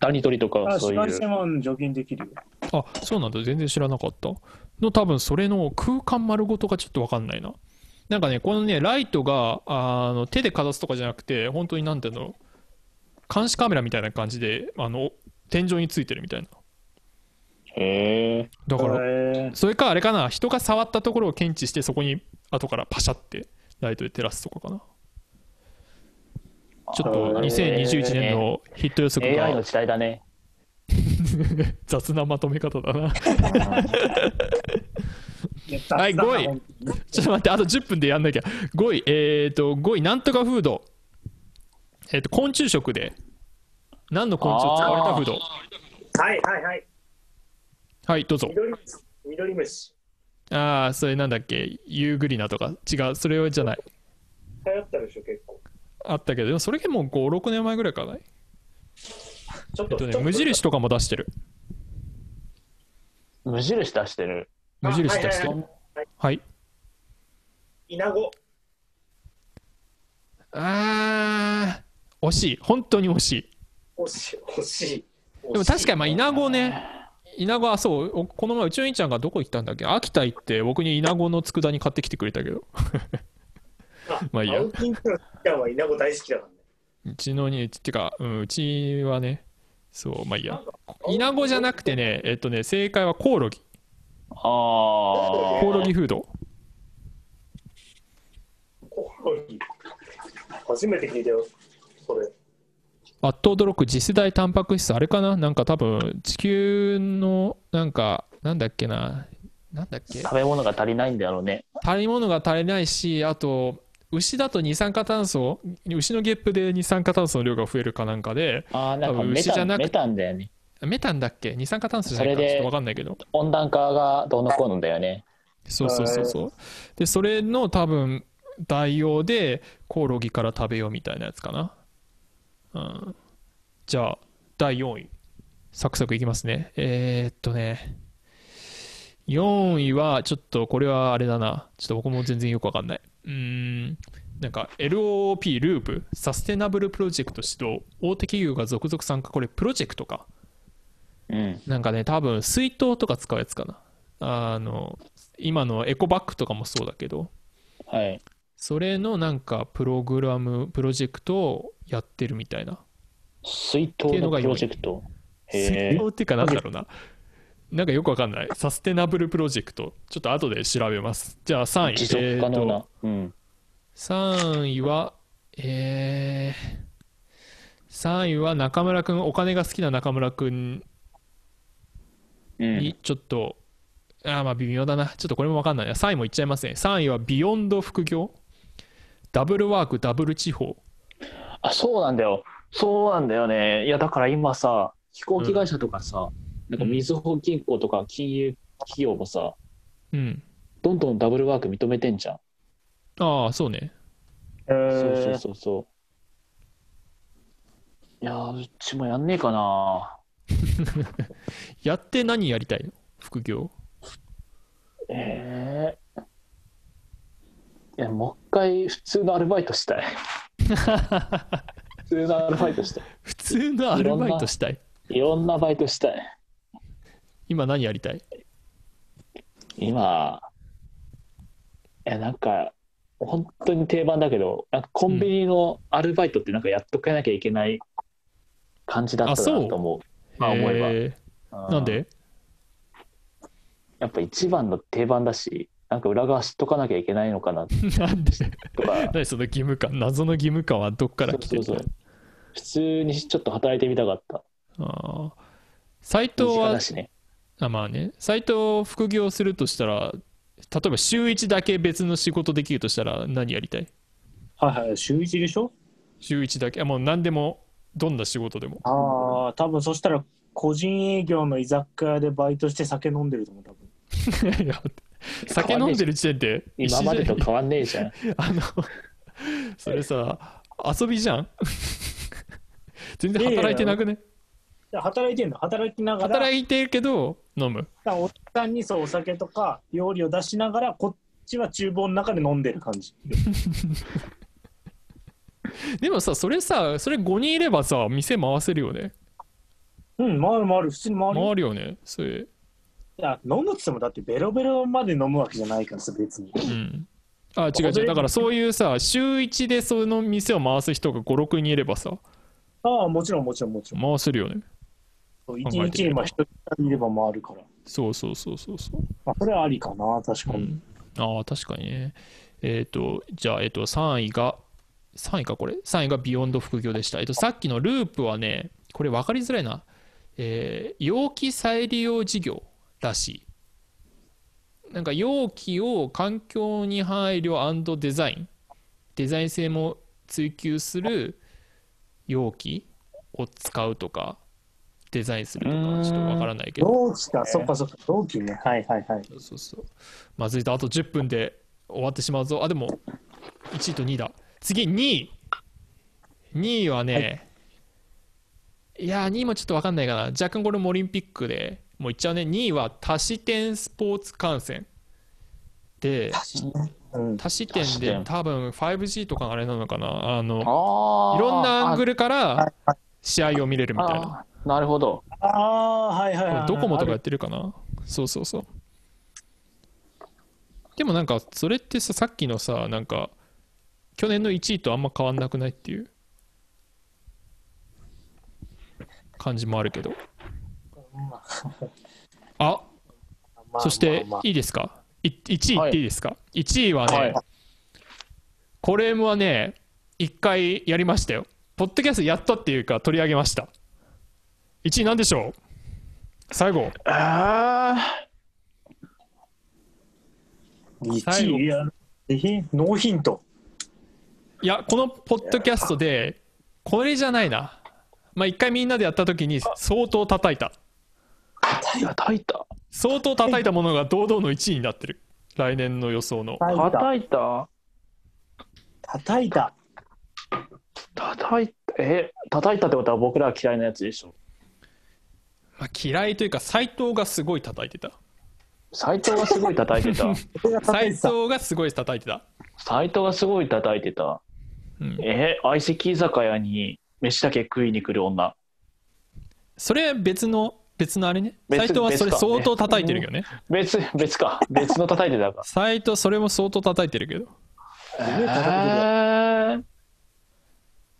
Speaker 4: ダニ取りと
Speaker 5: あ
Speaker 4: かそう
Speaker 5: 紫
Speaker 4: いう
Speaker 5: 外。線は除菌できるよ
Speaker 1: あそうなんだ全然知らなかったの多分それの空間丸ごとがちょっとわかんないななんかねこのねライトがあの手でかざすとかじゃなくて本当になんていうの監視カメラみたいな感じであの天井についてるみたいな
Speaker 4: へえ。
Speaker 1: だから
Speaker 5: へえ
Speaker 1: それかあれかな人が触ったところを検知してそこに後からパシャってライトで照らすとかかなちょっと
Speaker 4: あー
Speaker 1: 2021年のヒット予測
Speaker 4: AI の
Speaker 1: が
Speaker 4: 時代だね。
Speaker 1: 雑なまとめ方だな はい
Speaker 5: 雑だな
Speaker 1: 五位
Speaker 5: 本当に
Speaker 1: ちょっと待ってあと10分でやんなきゃ5位えっ、と5位なんとかフードえっ、と昆虫食で何の昆虫を使われたフード
Speaker 2: はいはいはい。
Speaker 1: はいどうぞ
Speaker 2: 緑虫。緑虫。
Speaker 1: ああそれなんだっけユーグリナとか違うそれじゃない
Speaker 2: 流行ったでしょ結構。
Speaker 1: あったけどでもそれでも56年前ぐらいからない
Speaker 2: ちょっ
Speaker 1: え
Speaker 2: と
Speaker 1: っとね
Speaker 2: ちょっ
Speaker 1: 無印とかも出してる
Speaker 4: 無印出してる。
Speaker 1: 無印出して
Speaker 2: あはい
Speaker 1: るはい
Speaker 2: イナゴ。
Speaker 1: あー惜しい本当に惜しい
Speaker 2: 欲しい欲しい。
Speaker 1: でも確かにまあイナゴねイナゴはそうおこの前うちの兄ちゃんがどこ行ったんだっけ秋田行って僕にイナゴの佃煮買ってきてくれたけ どまあいいや
Speaker 2: 青金ちゃんはイナゴ大好きだからね。
Speaker 1: うちの兄ってか、うん、うちはねそうまあいいやイナゴじゃなくてねえっとね正解はコオロギ
Speaker 4: ああ。
Speaker 1: コオロギフード
Speaker 2: コオロギ。初めて聞いたよ。それ。
Speaker 1: あっと驚く次世代タンパク質あれかななんか多分地球のなんかなんだっけななんだっけ
Speaker 4: 食べ物が足りないんだろうね。
Speaker 1: 食べ物が足りないしあと牛だと二酸化炭素牛のゲップで二酸化炭素の量が増えるかなんかで
Speaker 4: ああ、なんか
Speaker 1: 多分
Speaker 4: メ
Speaker 1: 牛じ
Speaker 4: タ
Speaker 1: ゃ
Speaker 4: ン
Speaker 1: なくて
Speaker 4: メタンだよね。
Speaker 1: メタンだっけ二酸化炭素じゃない
Speaker 4: そ
Speaker 1: か
Speaker 4: れ
Speaker 1: ら
Speaker 4: で
Speaker 1: ちょっと分かんないけど
Speaker 4: 温暖化がどうのこうのだよね。
Speaker 1: そうそうそうそうでそれの多分代用でコオロギから食べようみたいなやつかなうんじゃあ第4位サクサクいきますねえー、っとね4位はちょっとこれはあれだなちょっと僕も全然よくわかんないうーんなんか LOP ループサステナブルプロジェクト指導大手企業が続々参加これプロジェクトか
Speaker 4: うん。
Speaker 1: なんかね多分水筒とか使うやつかなあの今のエコバッグとかもそうだけど
Speaker 4: はい。
Speaker 1: それのなんかプログラムプロジェクトをやってるみたいな
Speaker 4: 水筒のプロジェクト。へ
Speaker 1: 水
Speaker 4: え
Speaker 1: 筒。っていうかなんだろうななんかよくわかんないサステナブルプロジェクトちょっと後で調べますじゃあ3位
Speaker 4: 持続可能
Speaker 1: えー
Speaker 4: な
Speaker 1: と。
Speaker 4: うん。
Speaker 1: 3位はえー3位は中村くんお金が好きな中村くん
Speaker 4: うん
Speaker 1: に。ちょっと、あーまあ微妙だなちょっとこれも分かんないな3位もいっちゃいますね3位はビヨンド副業ダブルワークダブル地方
Speaker 4: あ、そうなんだよ。そうなんだよね。いや、だから今さ、飛行機会社とかさ、なんかみずほ銀行とか金融企業もさ、
Speaker 1: うん
Speaker 4: どんどんダブルワーク認めてんじゃん。
Speaker 1: ああそうね
Speaker 4: そうそう
Speaker 2: え
Speaker 4: そうそう。いやー、うちもやんねえかな。
Speaker 1: やって何やりたいの副業
Speaker 4: ええいや、もう一回普通のアルバイトしたい。普通のアルバイトしたい。
Speaker 1: 普通のアルバイトしたい
Speaker 4: いろんなバイトしたい。
Speaker 1: 今何やりたい
Speaker 4: 今、え、なんか、本当に定番だけど、なんかコンビニのアルバイトってなんかやっとかなきゃいけない感じだったなと思う。まあ思え
Speaker 1: え
Speaker 4: ば。
Speaker 1: ーなん
Speaker 4: うん
Speaker 1: で
Speaker 4: やっぱ一番の定番だし、なんか裏側知っとかなきゃいけないのかな
Speaker 1: なんで、
Speaker 4: とか
Speaker 1: 何その義務感謎の義務感はどっから来てる
Speaker 4: そう
Speaker 1: の
Speaker 4: そうそう普通にちょっと働いてみたかった。
Speaker 1: ああ斎
Speaker 4: 身
Speaker 1: 藤
Speaker 4: 近
Speaker 1: は
Speaker 4: だしね。
Speaker 1: あまあね斎藤副業するとしたら例えば週1だけ別の仕事できるとしたら何やりたい
Speaker 5: はいはい、週一でしょ
Speaker 1: 週1だけあもう何でもどんな仕事で も
Speaker 5: ああ、多分そしたら個人営業の居酒屋でバイトして酒飲んでると思う、多分。
Speaker 1: いや酒飲んでる時点で
Speaker 4: 今までと変わんねえじゃん。
Speaker 1: あのそれさ遊びじゃん 全然働いてなくね
Speaker 5: で働いてんの働きながら、
Speaker 1: 働いてるけど飲む
Speaker 5: おっさんにそうお酒とか料理を出しながら、こっちは厨房の中で飲んでる感じ。
Speaker 1: でもさそれさそれ5人いればさ店回せるよね
Speaker 5: うん、回る回る、普通に回るよ。
Speaker 1: 回るよねそれ
Speaker 5: いや、飲むっつっても、だってベロベロまで飲むわけじゃないからさ、別に。
Speaker 1: うんあ違う違うだからそういうさ週1でその店を回す人が56人いればさ
Speaker 5: ああ、もちろんもちろんもちろん。
Speaker 1: 回せるよね
Speaker 5: そう
Speaker 1: 考
Speaker 5: 一
Speaker 1: えて
Speaker 5: 日
Speaker 1: みれ
Speaker 5: に
Speaker 1: ば
Speaker 5: まあ一人いれば回るから。
Speaker 1: そうそうそうそうそう
Speaker 5: まあ、それはありかな、確か
Speaker 1: う
Speaker 5: に。
Speaker 1: ん、ああ確かにねえっ、とじゃあ、えっと3位が3位かこれ3位がビヨンド副業でした、えっとさっきのループはねこれ分かりづらいな、えー容器再利用事業らしいなんか容器を環境に配慮デザインデザイン性も追求する容器を使うとかデザインするとか
Speaker 4: うーん
Speaker 1: ちょっと分からないけど
Speaker 5: 同期か、そっかそっか、同期ね。はいはいはい。
Speaker 1: そうそうそう。まずいと、あと10分で終わってしまうぞ。あ、でも、1位と2位だ。次、2位。2位はね、い、やー、2位もちょっと分かんないかな。若干これもオリンピックで、もういっちゃうね。2位は多視点スポーツ観戦。で、
Speaker 5: うん。
Speaker 1: 多視点
Speaker 4: 多視
Speaker 1: で
Speaker 4: 点
Speaker 1: 多分 5G とかあれなのかな。あの、
Speaker 4: あ
Speaker 1: いろんなアング
Speaker 4: ル
Speaker 1: ルから試合を見れるみたいな。
Speaker 4: なるほど。
Speaker 5: ああ、はいはいはい。
Speaker 1: ドコモとかや
Speaker 5: あ
Speaker 1: っ
Speaker 5: る
Speaker 1: てるかなそうそうそうでもなんかそれってささっきのさなんか去年の1位とあんま変わんなくないっていう感じもあるけど
Speaker 5: ま
Speaker 1: あ
Speaker 5: あまあ
Speaker 1: そして
Speaker 5: まあまあ
Speaker 1: いいですかい1位っていいですか、1位はね、
Speaker 4: はい
Speaker 1: これはね1回やりましたよポッドキャストやったっていうか取り上げました1位なんでしょう最後
Speaker 4: あ
Speaker 1: 最
Speaker 5: 1
Speaker 1: 後
Speaker 5: 位いや、ぜひノーヒント。
Speaker 1: いやこのポッドキャストでこれじゃないなまあ一回みんなでやった時に相当叩いた
Speaker 4: あ、叩いた。
Speaker 1: 相当叩いたものが堂々の1位になってる来年の予想の
Speaker 5: 叩いた。
Speaker 4: いた。
Speaker 5: 叩いた。
Speaker 4: 叩いた。え、叩いたってことは僕ら嫌いなやつでしょ。
Speaker 1: まあ嫌いというか斎藤がすごい叩いてた
Speaker 4: 斎藤がすごい叩いて た。
Speaker 5: 俺が叩
Speaker 1: 斎
Speaker 5: いてた
Speaker 1: 藤がすごい叩いてた
Speaker 4: 斎藤がすごい叩いてた。
Speaker 1: うん
Speaker 4: え、相席居酒屋に飯だけ食いに来る女。
Speaker 1: それ別の別のあれね
Speaker 4: 別
Speaker 1: 斎藤はそれ
Speaker 4: 別か
Speaker 1: 相当叩いてるけどね
Speaker 4: 別、別か。別の叩い てたか。
Speaker 1: 斎藤それも相当叩いてるけど
Speaker 5: げえ叩いてた
Speaker 4: えー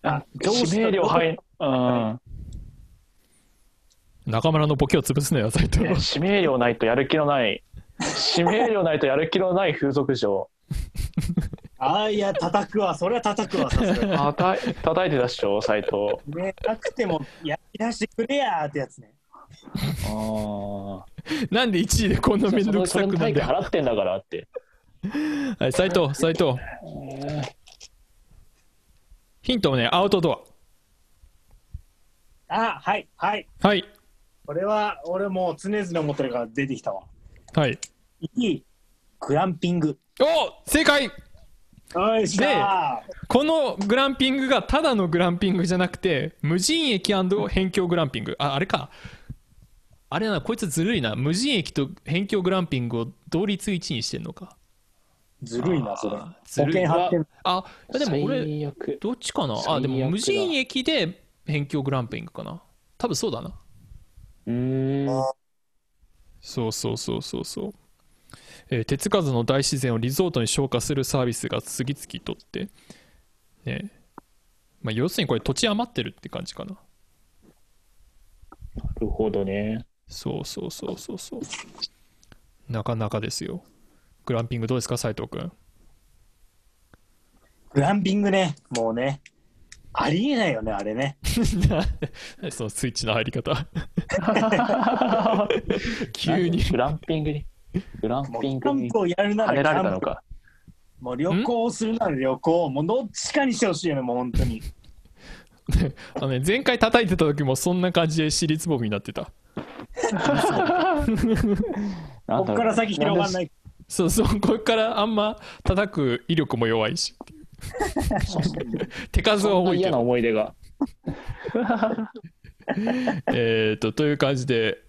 Speaker 4: あ、指名料入ん、うん。
Speaker 1: 中村のボケを潰すのよ斎藤
Speaker 4: いや指名 料ないとやる気のない指名料ないとやる気のない風俗嬢
Speaker 5: あああ、いや、叩くわ。それは叩くわ、さすがに
Speaker 4: あた叩いてたっしょ、斎藤。
Speaker 5: ね、なくても、やり出してくれやーってやつね。
Speaker 4: ああ。
Speaker 1: なんで1位でこんなめんどく
Speaker 4: そ
Speaker 1: さ
Speaker 4: れ
Speaker 1: く
Speaker 4: の
Speaker 1: なん
Speaker 4: 対
Speaker 1: だ
Speaker 4: 価
Speaker 1: よ
Speaker 4: 払ってんだからって。
Speaker 1: はい斉藤斉藤ヒントもねアウトド
Speaker 5: あ、はい、はい。
Speaker 1: アはい
Speaker 5: これは、俺もう常々思ってるから出てきたわ。
Speaker 1: はい
Speaker 5: いい、グランピング。
Speaker 1: お正解
Speaker 5: よいしょー
Speaker 1: このグランピングがただのグランピングじゃなくて無人駅辺境グランピングああれかあれなこいつずるいな無人駅と辺境グランピングを同率1位にしてんのか
Speaker 5: ずるいな、それ。
Speaker 1: あーずるい
Speaker 5: 保険貼ってん
Speaker 1: あでも俺
Speaker 4: 最悪。
Speaker 1: どっちかな
Speaker 4: 最悪
Speaker 1: あ
Speaker 4: だ
Speaker 1: でも無人駅で辺境グランピングかな多分そうだな
Speaker 4: うーん。
Speaker 1: そうそうそうそうそう、えー手つかずの大自然をリゾートに消化するサービスが次々とってねまあ、要するにこれ土地余ってるって感じかな
Speaker 4: なるほどね。
Speaker 1: そうそうそうそうそうなかなかですよグランピングどうですか斉藤君
Speaker 5: グランピングね、もうね。ありえないよね、あれね。
Speaker 1: そのスイッチの入り方 急に
Speaker 4: グランピングに。グラン
Speaker 5: もう
Speaker 4: ピン
Speaker 5: キ
Speaker 4: グ
Speaker 5: ャン
Speaker 4: に
Speaker 5: プをやるな
Speaker 4: 跳
Speaker 5: ら
Speaker 4: ねられ
Speaker 5: キ
Speaker 4: た
Speaker 5: ャン
Speaker 4: の
Speaker 5: プ
Speaker 4: か。
Speaker 5: もう旅行をするなら旅行、もうどっちかにしてほしいよね、もう本当に。
Speaker 1: あの、ね、前回叩いてた時もそんな感じで尻つぼみになってた
Speaker 4: な
Speaker 5: こ
Speaker 4: んだろ
Speaker 5: っ
Speaker 4: う
Speaker 5: から先広がん
Speaker 4: んで
Speaker 5: ない。
Speaker 1: そうそうこれからあんま叩く威力も弱いしっていう手数は
Speaker 4: そん
Speaker 1: 多
Speaker 4: ない
Speaker 1: け
Speaker 4: 嫌な
Speaker 1: ど
Speaker 4: 思い出が。
Speaker 1: えーとという感じで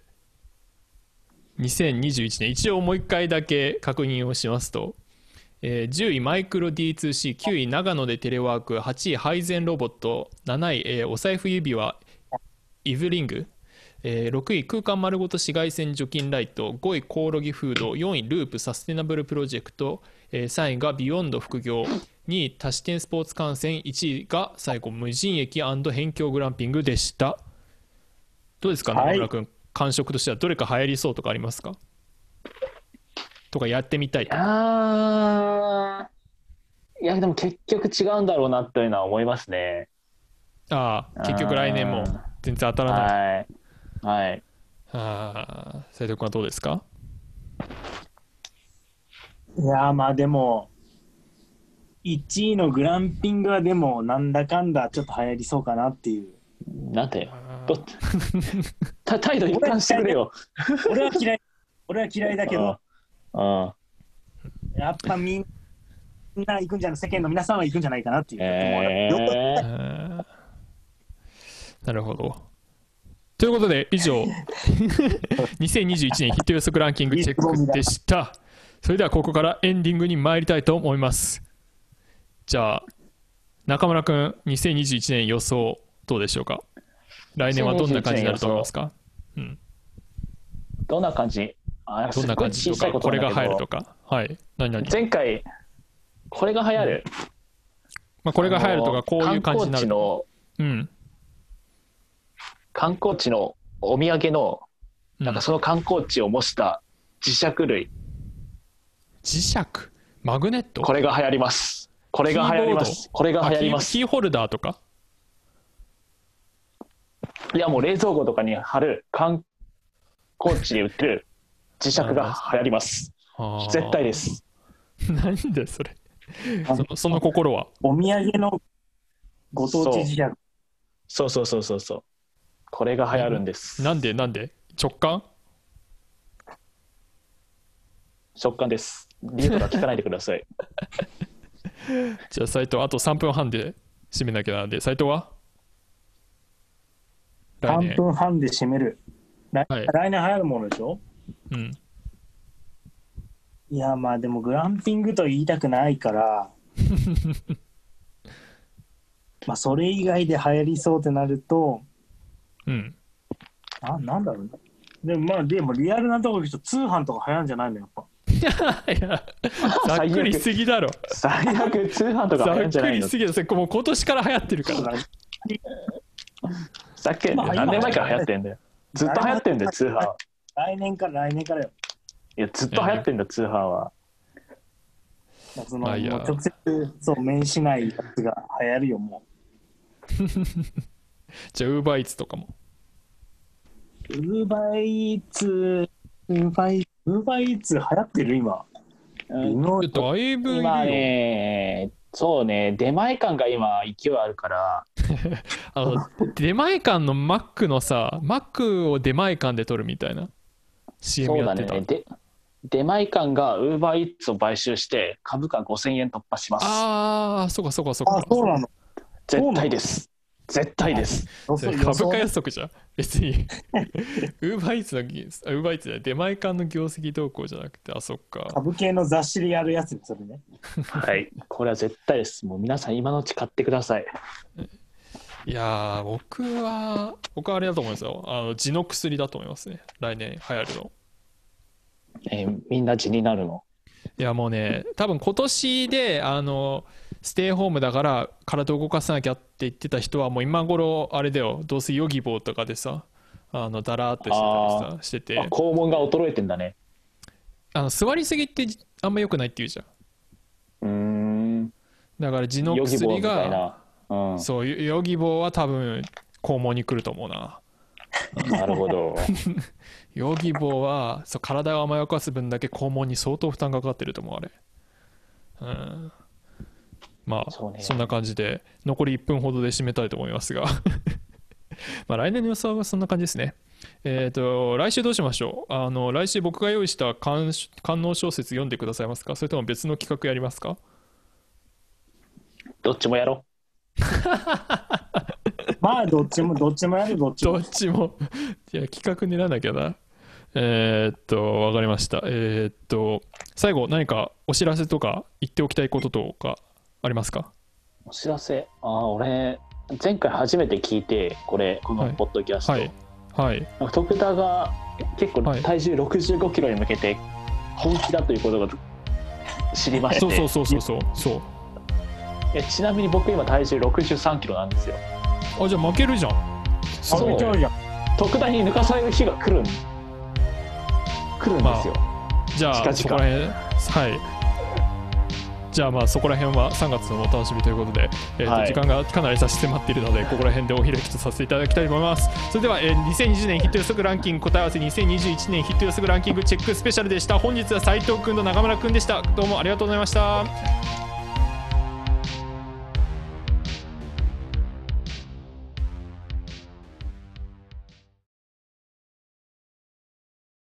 Speaker 1: 2021年一応もう一回だけ確認をしますと、えー10位マイクロ D2C9 位長野でテレワーク8位配膳ロボット7位、えーお財布指輪イブリング、えー6位空間丸ごと紫外線除菌ライト5位コオロギフード4位ループサステナブルプロジェクト、えー3位がビヨンド副業2位多視点スポーツ観戦1位が最後無人駅辺境グランピングでしたどうですか
Speaker 5: は
Speaker 1: 中
Speaker 5: い
Speaker 1: 村君、感触としてはどれか流行りそうとかありますかとかやってみたいと
Speaker 4: あーいやでも結局違うんだろうなというのは思いますね。
Speaker 1: ああ結局来年も全然当たらない
Speaker 4: はい。はい。
Speaker 1: ああ斉藤君はどうですか
Speaker 5: いやーまあでも、1位のグランピングはでも、なんだかんだちょっと流行りそうかなっていう。
Speaker 4: な んてどった態度一貫してくれよ。
Speaker 5: 俺は嫌い、 俺は嫌いだけど、
Speaker 4: うん。うん。
Speaker 5: やっぱみんな行くんじゃない、世間の皆さんは行くんじゃないかなっていう。
Speaker 4: え
Speaker 5: もう
Speaker 4: ー
Speaker 1: あーなるほど。ということで、以 上、2021年ヒット予測ランキングチェックでした。それではここからエンディングに参りたいと思います。じゃあ、中村君、2021年予想、どうでしょうか来年はどんな感じになると思いますか
Speaker 4: どんな感じあー
Speaker 1: どんな感じ
Speaker 4: すっ
Speaker 1: と
Speaker 4: ごい小さ
Speaker 1: か、
Speaker 4: いこ
Speaker 1: ことれ
Speaker 4: な
Speaker 1: が
Speaker 4: んだけ
Speaker 1: 入る
Speaker 4: ど
Speaker 1: とか。はい。何々
Speaker 4: 前回、これが流行る。
Speaker 1: まあ、これが入ると
Speaker 4: あ
Speaker 1: か、
Speaker 4: の
Speaker 1: こういう感じになる
Speaker 4: 観光地
Speaker 1: と
Speaker 4: の、
Speaker 1: か。うん。
Speaker 4: 観光地のお土産の、
Speaker 1: うん
Speaker 4: なんかその観光地を模した磁石類、
Speaker 1: 磁石、マグネット、
Speaker 4: これが流行ります。これが流行ります。これが
Speaker 1: あ
Speaker 4: 流
Speaker 1: キ
Speaker 4: 行りま
Speaker 1: ー
Speaker 4: す。
Speaker 1: キーホルダーとか。
Speaker 4: いやもう冷蔵庫とかに貼る観光地で売ってる磁石が流行ります。
Speaker 1: あー
Speaker 4: 絶対です。
Speaker 1: なんでそれそのその心は
Speaker 5: お土産のご当地磁石。
Speaker 4: そうそうそうそうそう。これが流行るんです。
Speaker 1: なんでなんで直感
Speaker 4: 食感です。理由とか聞かないでください。
Speaker 1: じゃあ斉藤あと3分半で締めなきゃなんで斉藤は来
Speaker 5: 3
Speaker 1: 年
Speaker 5: 分半で締める。来,、
Speaker 1: はい
Speaker 5: 来年流行るものでしょ
Speaker 1: うん
Speaker 5: いやまあでもグランピングと言いたくな いから。まあそれ以外で流行りそうってなると、
Speaker 1: うん
Speaker 5: あなんだろうね。でもまあでもリアルなところと通販とか流行るんじゃないのやっ ぱ。
Speaker 1: いやざっくりしすぎだろ
Speaker 4: 最悪通販と
Speaker 1: ざ
Speaker 4: か流行るん
Speaker 1: っ
Speaker 4: じゃ
Speaker 1: く
Speaker 4: ない
Speaker 1: り
Speaker 4: の
Speaker 1: し。すぎだそれもう今年から流行ってるか
Speaker 5: だ
Speaker 1: ら
Speaker 5: から
Speaker 4: さっき
Speaker 5: まあ
Speaker 4: 何年前から流行ってんだよ。ずっと流行ってんだよ通販。
Speaker 5: 来年から来年からよ。
Speaker 4: いやずっと流行ってんだよ通販は。
Speaker 5: だからその
Speaker 1: まあいいや
Speaker 5: もう直接そう面しないやつが流行るよも
Speaker 1: じゃあウーバーイーツとかも
Speaker 5: うウーバーイーツウーバーイウーバーイーツ流行ってる今
Speaker 4: うん
Speaker 5: の
Speaker 1: だいぶいるよ、
Speaker 4: 今ね、そうね、出前感が今、勢いあるから、
Speaker 1: あの出前館のマックのさマックを出前館で取るみたいな CM
Speaker 4: そう
Speaker 1: や
Speaker 4: だ
Speaker 1: ってた、
Speaker 4: ね、で出前館がウーバーイーツを買収して、株価5000円突破します。
Speaker 1: ああそうかそうかそうか
Speaker 5: あそうなの
Speaker 4: 絶対です。絶対です。
Speaker 1: それ株価予測じゃん別に ウーバーイーツのぎあウーバーイーツじゃない出前館の業績動向じゃなくてあそっか
Speaker 5: 株系の雑誌でやるやつねそれね
Speaker 4: はい。これは絶対です。もう皆さん、今のうち買ってください。
Speaker 1: いやー僕は僕はあれだと思いますよあの地の薬だと思いますね来年流行るの
Speaker 4: えーみんな地になるの。
Speaker 1: いやもうね多分今年であのステイホームだから体を動かさなきゃって言ってた人はもう今頃あれだよどうせヨギボーとかでさあのだらーっとしてたりさして
Speaker 4: あ
Speaker 1: て
Speaker 4: 肛門が衰えてんだね。
Speaker 1: あの座りすぎってあんま良くないって言うじゃん
Speaker 4: うーん。
Speaker 1: だから地の
Speaker 4: ヨギボー
Speaker 1: 薬
Speaker 4: みたい
Speaker 1: が
Speaker 4: な。うん。
Speaker 1: そうヨヨギボーは多分肛門に来ると思うな
Speaker 4: なる ほど。
Speaker 1: ヨギボーはそう体を甘やかす分だけ肛門に相当負担がかかってると思うあれうんまあ
Speaker 4: そうね
Speaker 1: そんな感じで残り1分ほどで締めたいと思いますが まあ来年の予想はそんな感じですねえっ、と来週どうしましょうあの来週僕が用意した観観音小説読んでくださいますかそれとも別の企画やりますか
Speaker 4: どっちもやろ
Speaker 5: まあどっちもどっちもやるどっち
Speaker 1: ど
Speaker 5: も
Speaker 1: っちも いや企画練らなきゃなえーっとわかりましたえーっと最後何かお知らせとか言っておきたいこととかありますか
Speaker 4: う。お知らせ。ああ、俺、前回初めて聞いて、これ、このポッドキャスト。
Speaker 1: はいはい
Speaker 4: 徳田が結構
Speaker 1: はい
Speaker 4: 体重6 5キロに向けて本気だということが知りまして
Speaker 1: そうそうそうそうそうそう
Speaker 4: えちなみに僕今体重6 3キロなんですよ
Speaker 1: あじゃあ負けるじゃん
Speaker 5: あ
Speaker 4: そう
Speaker 5: 見ちゃうじゃん
Speaker 4: 徳田に抜かされる日が来るん来るんですよ、
Speaker 1: じゃあそ
Speaker 4: 近々
Speaker 1: こら辺はいじゃあまあそこら辺は3月のお楽しみということで、えーと
Speaker 4: はい
Speaker 1: 時間がかなり差し迫っているのでここら辺でお開きとさせていただきたいと思いますそれでは、えー2020年ヒット予測ランキング答え合わせ2021年ヒット予測ランキングチェックスペシャルでした本日は斉藤君と中村君でしたどうもありがとうございました